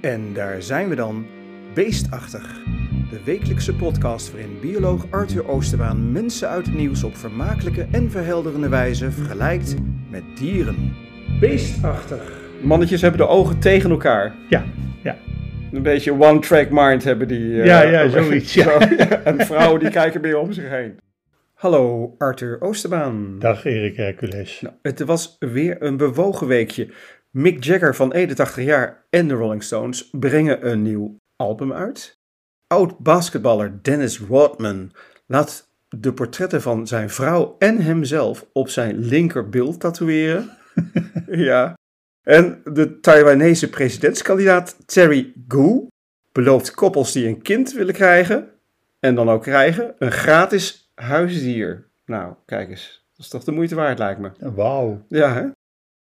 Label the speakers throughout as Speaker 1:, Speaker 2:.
Speaker 1: En daar zijn we dan, Beestachtig. De wekelijkse podcast waarin bioloog Arthur Oosterbaan mensen uit het nieuws op vermakelijke en verhelderende wijze vergelijkt met dieren. Beestachtig. Mannetjes hebben de ogen tegen elkaar.
Speaker 2: Ja, ja.
Speaker 1: Een beetje one-track mind hebben die. eh,
Speaker 2: Ja, ja, zoiets, ja.
Speaker 1: Zo, ja. En vrouwen die kijken meer om zich heen. Hallo Arthur Oosterbaan.
Speaker 2: Dag Erik Hercules.
Speaker 1: Nou, het was weer een bewogen weekje. Mick Jagger van 81 jaar en de Rolling Stones brengen een nieuw album uit. Oud-basketballer Dennis Rodman laat de portretten van zijn vrouw en hemzelf op zijn linkerbil tatoeëren. ja. En de Taiwanese presidentskandidaat Terry Gu belooft koppels die een kind willen krijgen, en dan ook krijgen, een gratis huisdier. Nou, kijk eens. Dat is toch de moeite waard, lijkt me.
Speaker 2: Wauw.
Speaker 1: Ja, hè?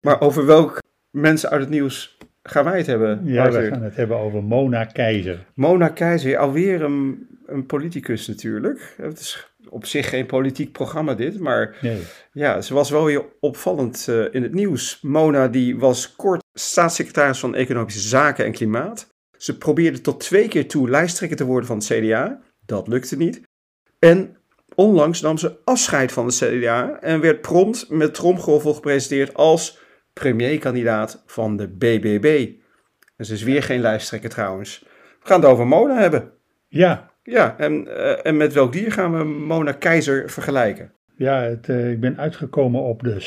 Speaker 1: Maar over welk mensen uit het nieuws gaan wij het hebben?
Speaker 2: Ja,
Speaker 1: Arthur?
Speaker 2: we gaan het hebben over Mona Keizer.
Speaker 1: Mona Keizer, alweer een, een politicus natuurlijk. Het is op zich geen politiek programma dit, maar
Speaker 2: Nee.
Speaker 1: ja, ze was wel weer opvallend eh, in het nieuws. Mona die was kort staatssecretaris van Economische Zaken en Klimaat. Ze probeerde tot twee keer toe lijsttrekker te worden van het CDA. Dat lukte niet. En onlangs nam ze afscheid van het CDA en werd prompt met tromgeroffel gepresenteerd als premierkandidaat van de BBB. En ze is weer geen lijsttrekker trouwens. We gaan het over Mona hebben.
Speaker 2: Ja,
Speaker 1: Ja, en, eh, en met welk dier gaan we Mona Keizer vergelijken?
Speaker 2: ja het, eh, ik ben uitgekomen op de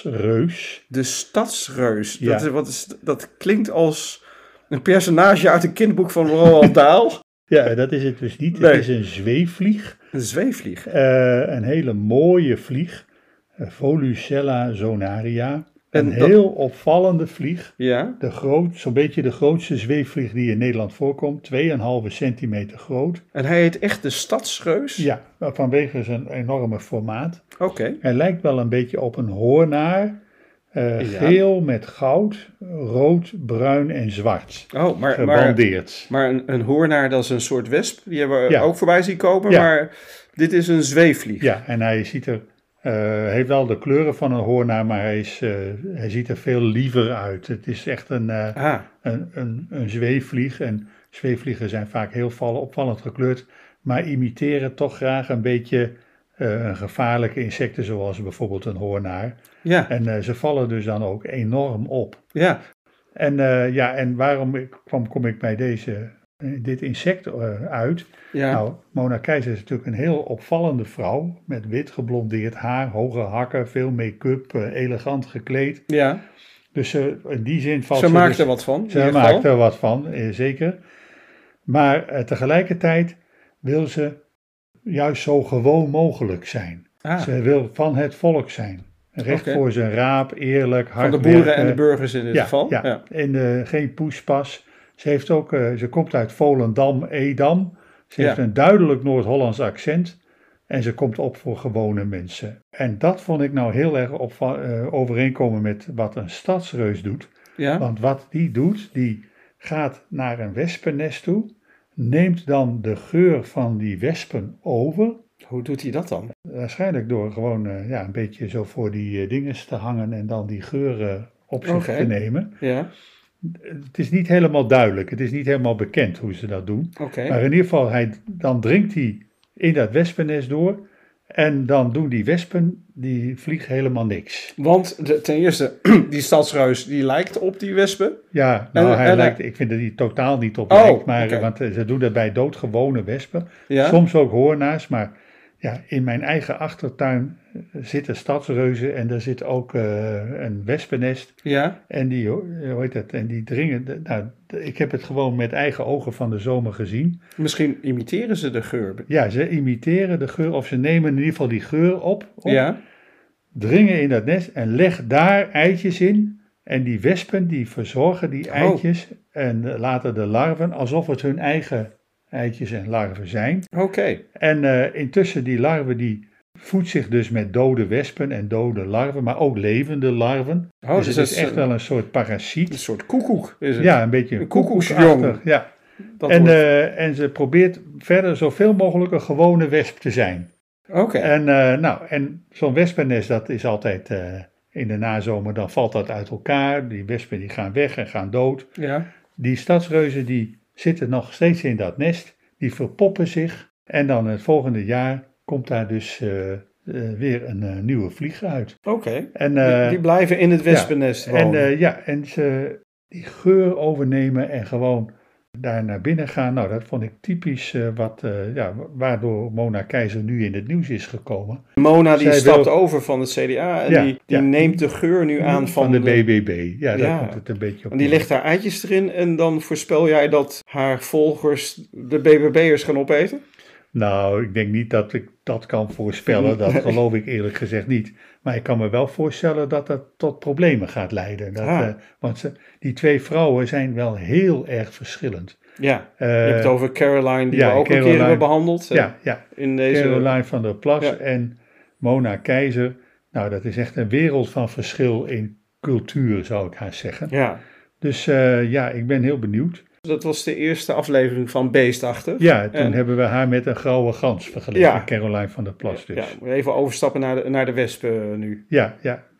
Speaker 2: Stadsreus.
Speaker 1: De stadsreus. Dat,
Speaker 2: Ja.
Speaker 1: is, wat is, dat klinkt als een personage uit een kindboek van Roald Dahl.
Speaker 2: Ja, dat is het dus niet.
Speaker 1: Nee.
Speaker 2: Het is een zweefvlieg.
Speaker 1: Een zweefvlieg.
Speaker 2: Eh, een hele mooie vlieg. Eh, Volucella zonaria.
Speaker 1: En
Speaker 2: Een
Speaker 1: dat-
Speaker 2: heel opvallende vlieg.
Speaker 1: Ja,
Speaker 2: De groot, zo'n beetje de grootste zweefvlieg die in Nederland voorkomt. 2,5 centimeter groot.
Speaker 1: en hij heet echt de stadsreus?
Speaker 2: Ja, vanwege zijn enorme formaat.
Speaker 1: Oké.
Speaker 2: Hij lijkt wel een beetje op een hoornaar. Eh,
Speaker 1: Ja.
Speaker 2: Geel met goud, rood, bruin en zwart.
Speaker 1: Oh, maar, maar,
Speaker 2: Gebandeerd.
Speaker 1: maar een, een hoornaar, dat is een soort wesp. Die hebben we
Speaker 2: Ja.
Speaker 1: ook voorbij zien komen,
Speaker 2: Ja.
Speaker 1: maar dit is een zweefvlieg.
Speaker 2: Ja, en hij ziet er, eh, heeft wel de kleuren van een hoornaar, maar hij, is, eh, hij ziet er veel liever uit. Het is echt een, eh,
Speaker 1: Ah,
Speaker 2: een, een, een zweefvlieg. En zweefvliegen zijn vaak heel vallen, opvallend gekleurd, maar imiteren toch graag een beetje eh, een gevaarlijke insecten, zoals bijvoorbeeld een hoornaar.
Speaker 1: ja,
Speaker 2: En eh, ze vallen dus dan ook enorm op.
Speaker 1: ja.
Speaker 2: En, eh, ja, en waarom ik, kwam, kom ik bij deze, eh, dit insect eh, uit?
Speaker 1: ja.
Speaker 2: Nou, Mona Keizer is natuurlijk een heel opvallende vrouw. Met wit geblondeerd haar, hoge hakken, veel make-up, eh, elegant gekleed.
Speaker 1: ja.
Speaker 2: Dus ze- in die zin valt
Speaker 1: Ze maakt
Speaker 2: dus-
Speaker 1: er wat van. in
Speaker 2: ze
Speaker 1: ieder geval.
Speaker 2: maakt er wat van, eh, zeker. Maar eh, tegelijkertijd wil ze juist zo gewoon mogelijk zijn.
Speaker 1: Ah,
Speaker 2: Ze wil van het volk zijn. Recht
Speaker 1: Oké.
Speaker 2: voor zijn raap, eerlijk,
Speaker 1: van
Speaker 2: hard
Speaker 1: de boeren en
Speaker 2: werken.
Speaker 1: de burgers in dit
Speaker 2: eh, Ja,
Speaker 1: geval.
Speaker 2: ja.
Speaker 1: Eh, ja.
Speaker 2: En eh, geen poespas. Ze, heeft ook, eh, ze komt uit Volendam, Edam. Ze
Speaker 1: Ja.
Speaker 2: heeft een duidelijk Noord-Hollands accent. En ze komt op voor gewone mensen. En dat vond ik nou heel erg opva- eh, overeenkomen met wat een stadsreus doet.
Speaker 1: Ja.
Speaker 2: Want wat die doet, die gaat naar een wespennest toe. Neemt dan de geur van die wespen over.
Speaker 1: Hoe doet hij dat dan?
Speaker 2: Waarschijnlijk door gewoon eh, ja, een beetje zo voor die eh, dinges te hangen. En dan die geuren op zich
Speaker 1: Oké.
Speaker 2: te nemen.
Speaker 1: Ja,
Speaker 2: Het is niet helemaal duidelijk, het is niet helemaal bekend hoe ze dat doen.
Speaker 1: oké.
Speaker 2: Maar in ieder geval, hij, dan drinkt hij in dat wespennest door. En dan doen die wespen, die vliegen helemaal niks.
Speaker 1: Want de- ten eerste, die stadsreus die lijkt op die wespen.
Speaker 2: Ja, nou,
Speaker 1: En-
Speaker 2: hij
Speaker 1: en-
Speaker 2: lijkt, ik vind dat hij totaal niet op
Speaker 1: Oh,
Speaker 2: lijkt. Maar,
Speaker 1: oké.
Speaker 2: Want eh, ze doen dat bij doodgewone wespen.
Speaker 1: Ja.
Speaker 2: Soms ook hoornaars, maar ja, in mijn eigen achtertuin eh, zitten stadsreuzen. En daar zit ook eh, een wespennest.
Speaker 1: Ja,
Speaker 2: En die, eh, hoe heet dat, en die dringen, de- nou, de- ik heb het gewoon met eigen ogen van de zomer gezien.
Speaker 1: misschien imiteren ze de geur.
Speaker 2: Ja, ze imiteren de geur, of ze nemen in ieder geval die geur op, op,
Speaker 1: Ja,
Speaker 2: dringen in dat nest en leg daar eitjes in. En die wespen, die verzorgen
Speaker 1: Oh.
Speaker 2: die eitjes en eh, laten de larven, alsof het hun eigen eitjes en larven zijn.
Speaker 1: oké.
Speaker 2: En eh, intussen, die larven, die voedt zich dus met dode wespen en dode larven, maar ook levende larven.
Speaker 1: Oh,
Speaker 2: dus,
Speaker 1: dus
Speaker 2: het
Speaker 1: dat
Speaker 2: is
Speaker 1: is
Speaker 2: echt
Speaker 1: een- Dus,
Speaker 2: wel een soort parasiet.
Speaker 1: Een soort koekoek is het.
Speaker 2: Ja, een beetje een
Speaker 1: koekoeksjong.
Speaker 2: koekoeksachtig, Ja.
Speaker 1: Dat
Speaker 2: en,
Speaker 1: wordt-
Speaker 2: eh, en ze probeert verder zoveel mogelijk een gewone wesp te zijn.
Speaker 1: Oké,
Speaker 2: En, eh, nou, en zo'n wespennest, dat is altijd eh, in de nazomer, dan valt dat uit elkaar. Die wespen die gaan weg en gaan dood.
Speaker 1: ja.
Speaker 2: Die stadsreuzen die zitten nog steeds in dat nest, die verpoppen zich en dan het volgende jaar komt daar dus eh, eh, weer een eh, nieuwe vlieg uit.
Speaker 1: Oké.
Speaker 2: En,
Speaker 1: die,
Speaker 2: eh,
Speaker 1: die blijven in het wespennest
Speaker 2: en
Speaker 1: wonen.
Speaker 2: eh, ja, en ze die geur overnemen en gewoon daar naar binnen gaan. Nou, dat vond ik typisch eh, wat, eh, ja, waardoor Mona Keizer nu in het nieuws is gekomen.
Speaker 1: Mona die
Speaker 2: zij
Speaker 1: stapt
Speaker 2: wil-
Speaker 1: over van het CDA en
Speaker 2: Ja,
Speaker 1: die, die
Speaker 2: ja.
Speaker 1: neemt de geur nu aan van,
Speaker 2: de BBB. Ja,
Speaker 1: Ja.
Speaker 2: daar komt het een beetje op.
Speaker 1: Want die
Speaker 2: neer.
Speaker 1: legt haar eitjes erin en dan voorspel jij dat haar volgers de BBB'ers gaan opeten?
Speaker 2: Nou, ik denk niet dat ik dat kan voorspellen. Dat geloof ik eerlijk gezegd niet. Maar ik kan me wel voorstellen dat dat tot problemen gaat leiden. Dat,
Speaker 1: Ah.
Speaker 2: eh, want ze- die twee vrouwen zijn wel heel erg verschillend.
Speaker 1: Ja,
Speaker 2: Eh,
Speaker 1: je hebt het over Caroline die
Speaker 2: ja,
Speaker 1: we ook een keer
Speaker 2: Caroline.
Speaker 1: hebben behandeld. eh,
Speaker 2: ja, ja,
Speaker 1: In deze...
Speaker 2: Caroline van der Plas
Speaker 1: Ja.
Speaker 2: en Mona Keizer. Nou, dat is echt een wereld van verschil in cultuur, zou ik haar zeggen.
Speaker 1: Ja,
Speaker 2: Dus eh, ja, ik ben heel benieuwd.
Speaker 1: dat was de eerste aflevering van Beestachtig.
Speaker 2: Ja, toen
Speaker 1: En-
Speaker 2: hebben we haar met een grauwe gans vergeleken,
Speaker 1: Ja.
Speaker 2: Caroline van der Plas dus.
Speaker 1: Ja,
Speaker 2: Ja,
Speaker 1: moet even overstappen naar de, naar de wespen nu.
Speaker 2: ja,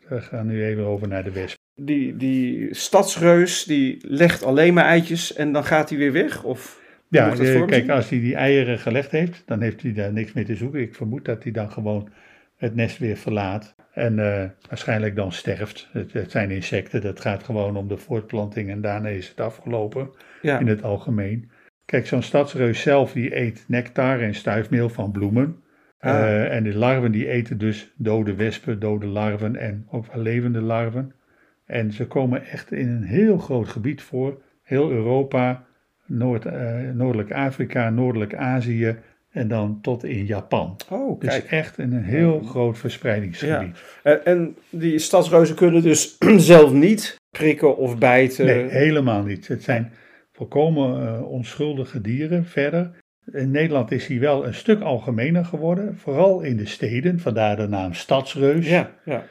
Speaker 2: we gaan nu even over naar de wesp.
Speaker 1: Die, die stadsreus die legt alleen maar eitjes en dan gaat hij weer weg? Of hoe
Speaker 2: Ja,
Speaker 1: moet ik dat
Speaker 2: eh,
Speaker 1: voor me
Speaker 2: kijk,
Speaker 1: zien?
Speaker 2: als hij die eieren gelegd heeft, dan heeft hij daar niks mee te zoeken. Ik vermoed dat hij dan gewoon het nest weer verlaat en eh, waarschijnlijk dan sterft. Het, het zijn insecten, dat gaat gewoon om de voortplanting en daarna is het afgelopen
Speaker 1: ja.
Speaker 2: in het algemeen. Kijk, zo'n stadsreus zelf die eet nectar en stuifmeel van bloemen.
Speaker 1: Ah.
Speaker 2: Eh, en de larven die eten dus dode wespen, dode larven en ook wel levende larven. En ze komen echt in een heel groot gebied voor. Heel Europa, Noord, eh, Noordelijk Afrika, Noordelijk Azië en dan tot in Japan.
Speaker 1: Oh,
Speaker 2: Dus
Speaker 1: kijk.
Speaker 2: echt in een heel groot verspreidingsgebied.
Speaker 1: En, en die stadsreuzen kunnen dus zelf niet prikken of bijten.
Speaker 2: Nee, helemaal niet. Het zijn volkomen eh, onschuldige dieren verder. In Nederland is hij wel een stuk algemener geworden, vooral in de steden, vandaar de naam stadsreus.
Speaker 1: Ja, ja.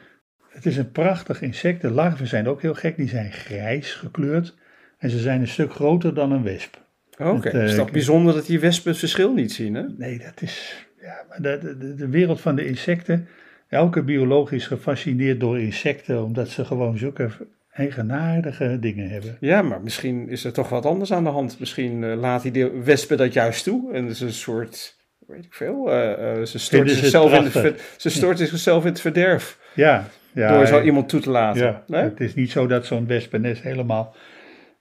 Speaker 2: Het is een prachtig insect. De larven zijn ook heel gek, die zijn grijs gekleurd en ze zijn een stuk groter dan een wesp.
Speaker 1: Oké,
Speaker 2: Het, eh,
Speaker 1: is dat
Speaker 2: ik-
Speaker 1: bijzonder dat die wespen het verschil niet zien, hè?
Speaker 2: Nee, dat is. Ja, maar dat- de, de, de wereld van de insecten. Elke bioloog is gefascineerd door insecten, omdat ze gewoon zulke eigenaardige dingen hebben.
Speaker 1: Ja, maar misschien is er toch wat anders aan de hand. Misschien eh, laat die de wespen dat juist toe. En het is een soort, weet ik veel, eh, eh, ze, storten
Speaker 2: Vinden ze
Speaker 1: zichzelf in
Speaker 2: het
Speaker 1: het ver- ze storten zichzelf in het verderf.
Speaker 2: Ja, ja.
Speaker 1: door zo iemand toe te laten.
Speaker 2: Ja,
Speaker 1: Nee?
Speaker 2: het is niet zo dat zo'n wespennest helemaal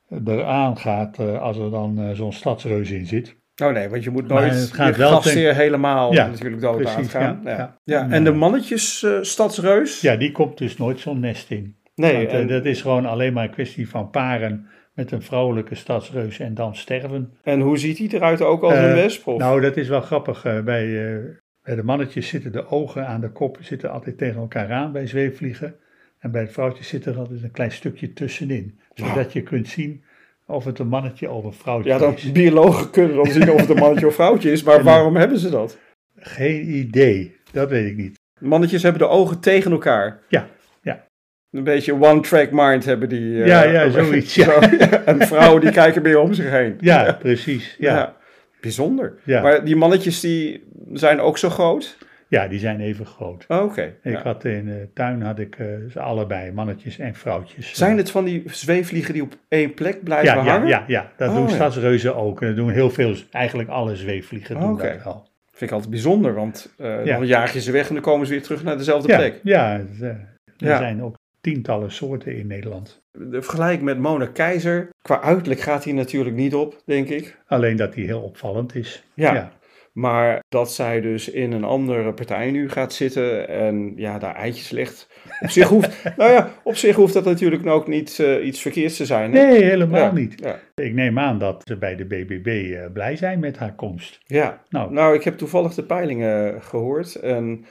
Speaker 2: eh, eraan gaat eh, als er dan eh, zo'n stadsreus in zit.
Speaker 1: Oh nee, want je moet
Speaker 2: Maar
Speaker 1: nooit
Speaker 2: het gaat
Speaker 1: je
Speaker 2: wel
Speaker 1: gastheer helemaal
Speaker 2: Ja,
Speaker 1: natuurlijk dood
Speaker 2: precies,
Speaker 1: aangaan. Ja,
Speaker 2: ja,
Speaker 1: ja.
Speaker 2: ja.
Speaker 1: En de mannetjes eh, stadsreus?
Speaker 2: Ja, die komt dus nooit zo'n nest in.
Speaker 1: Nee,
Speaker 2: Want, eh,
Speaker 1: en,
Speaker 2: dat is gewoon alleen maar een kwestie van paren met een vrouwelijke stadsreus en dan sterven.
Speaker 1: en hoe ziet hij eruit ook als een
Speaker 2: Eh,
Speaker 1: wesp? Of?
Speaker 2: Nou, dat is wel grappig. eh, bij, eh, bij de mannetjes zitten de ogen aan de kop zitten altijd tegen elkaar aan bij zweefvliegen. En bij het vrouwtje zit er altijd een klein stukje tussenin.
Speaker 1: Wauw.
Speaker 2: Zodat je kunt zien of het een mannetje of een vrouwtje
Speaker 1: ja, dan
Speaker 2: is.
Speaker 1: biologen kunnen dan zien of het een mannetje of vrouwtje is. Maar
Speaker 2: En-
Speaker 1: waarom hebben ze dat?
Speaker 2: Geen idee. Dat weet ik niet.
Speaker 1: Mannetjes hebben de ogen tegen elkaar.
Speaker 2: Ja, ja.
Speaker 1: Een beetje one-track mind hebben die. eh,
Speaker 2: Ja, ja, zoiets, ja.
Speaker 1: Zo. en vrouwen die kijken meer om zich heen.
Speaker 2: Ja, precies. Ja. Ja.
Speaker 1: Bijzonder.
Speaker 2: Ja.
Speaker 1: Maar die mannetjes die zijn ook zo groot?
Speaker 2: die zijn even groot.
Speaker 1: Oh, Oké.
Speaker 2: Ik
Speaker 1: ja.
Speaker 2: had in de tuin had ik eh, ze allebei, mannetjes en vrouwtjes.
Speaker 1: Zijn het van die zweefvliegen die op één plek blijven
Speaker 2: ja, ja,
Speaker 1: hangen?
Speaker 2: ja, ja, dat
Speaker 1: Oh,
Speaker 2: doen
Speaker 1: ja.
Speaker 2: stadsreuzen ook. En dat doen heel veel, eigenlijk alle zweefvliegen doen
Speaker 1: Oké.
Speaker 2: dat wel.
Speaker 1: Vind ik altijd bijzonder, want eh,
Speaker 2: Ja.
Speaker 1: dan jaag je ze weg en dan komen ze weer terug naar dezelfde
Speaker 2: Ja,
Speaker 1: plek.
Speaker 2: ja, het, eh, er
Speaker 1: Ja.
Speaker 2: zijn ook tientallen soorten in Nederland.
Speaker 1: De vergelijking met Mona Keizer. Qua uiterlijk gaat hij natuurlijk niet op, denk ik.
Speaker 2: Alleen dat die heel opvallend is.
Speaker 1: Ja.
Speaker 2: ja.
Speaker 1: Maar dat zij dus in een andere partij nu gaat zitten en ja, daar eitjes legt. Op zich hoeft, nou ja, op zich hoeft dat natuurlijk ook niet eh, iets verkeerds te zijn. hè?
Speaker 2: Nee, helemaal
Speaker 1: Ja,
Speaker 2: niet.
Speaker 1: Ja,
Speaker 2: Ik neem aan dat ze bij de BBB eh, blij zijn met haar komst.
Speaker 1: ja.
Speaker 2: Nou,
Speaker 1: Nou, ik heb toevallig de peilingen gehoord en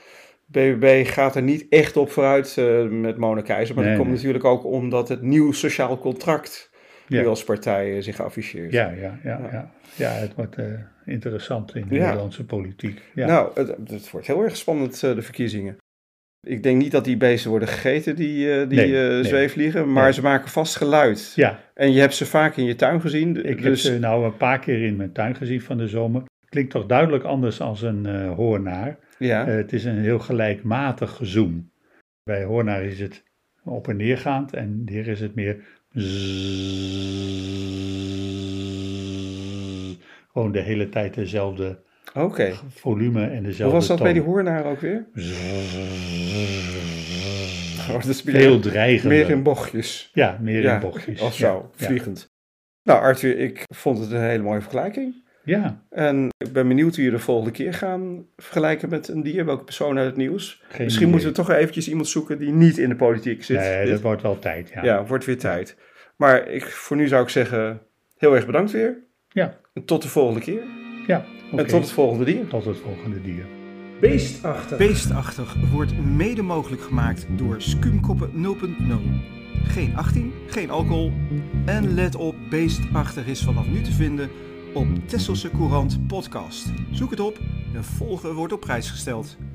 Speaker 1: BBB gaat er niet echt op vooruit eh, met Mona Keizer. Maar dat
Speaker 2: Nee,
Speaker 1: komt
Speaker 2: nee.
Speaker 1: natuurlijk ook omdat het nieuw sociaal contract
Speaker 2: Ja.
Speaker 1: nu als partij eh, zich afficheert.
Speaker 2: ja, ja, ja,
Speaker 1: Ja.
Speaker 2: ja. ja. het wordt eh, interessant in de
Speaker 1: Ja.
Speaker 2: Nederlandse politiek. Ja.
Speaker 1: Nou, het, het wordt heel erg spannend, eh, de verkiezingen. Ik denk niet dat die beesten worden gegeten, die, eh die
Speaker 2: Nee,
Speaker 1: eh,
Speaker 2: nee.
Speaker 1: zweefvliegen, maar
Speaker 2: Nee.
Speaker 1: ze maken vast geluid.
Speaker 2: ja,
Speaker 1: En je hebt ze vaak in je tuin gezien, d-
Speaker 2: Ik
Speaker 1: dus
Speaker 2: heb ze nou een paar keer in mijn tuin gezien van de zomer. Klinkt toch duidelijk anders dan een eh, hoornaar.
Speaker 1: ja.
Speaker 2: Eh, het is een heel gelijkmatig gezoem. Bij hoornaar is het op en neergaand en hier is het meer. zzzz. Gewoon de hele tijd dezelfde
Speaker 1: Oké.
Speaker 2: volume en dezelfde
Speaker 1: Hoe was dat bij die
Speaker 2: toon.
Speaker 1: hoornaar ook weer? Oh, dat is meer-
Speaker 2: Veel dreigender.
Speaker 1: meer in bochtjes.
Speaker 2: ja, meer
Speaker 1: ja,
Speaker 2: in bochtjes.
Speaker 1: Of
Speaker 2: Ja,
Speaker 1: zo,
Speaker 2: ja.
Speaker 1: vliegend. Nou Arthur, ik vond het een hele mooie vergelijking.
Speaker 2: Ja,
Speaker 1: En ik ben benieuwd wie je de volgende keer gaan vergelijken met een dier. Welke persoon uit het nieuws.
Speaker 2: geen
Speaker 1: Misschien
Speaker 2: idee.
Speaker 1: moeten we toch eventjes iemand zoeken die niet in de politiek zit.
Speaker 2: Nee,
Speaker 1: Dit-
Speaker 2: dat wordt wel tijd, ja.
Speaker 1: ja. wordt weer tijd. Maar ik, voor nu zou ik zeggen, heel erg bedankt weer.
Speaker 2: Ja.
Speaker 1: En tot de volgende keer.
Speaker 2: Ja, oké.
Speaker 1: En tot het volgende dier.
Speaker 2: tot het volgende dier.
Speaker 1: Beestachtig. Beestachtig wordt mede mogelijk gemaakt door Skumkoppen 0.0. Geen 18, geen alcohol. En let op, Beestachtig is vanaf nu te vinden op Tesselse Courant Podcast. Zoek het op en volgen wordt op prijs gesteld.